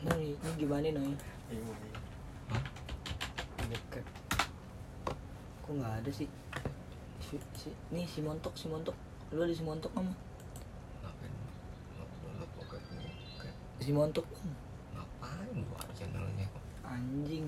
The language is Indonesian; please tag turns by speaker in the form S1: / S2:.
S1: Ini gimana Noy?
S2: Ini.
S3: Hah?
S1: Bokep. Kok nggak ada sih? Si, si, nih si montok, si montok. Lu ada si montok kamu?
S3: Ngapain? Ngapain? Ngapain?
S1: Si montok.
S3: Ngapain gua channelnya?
S1: Anjing.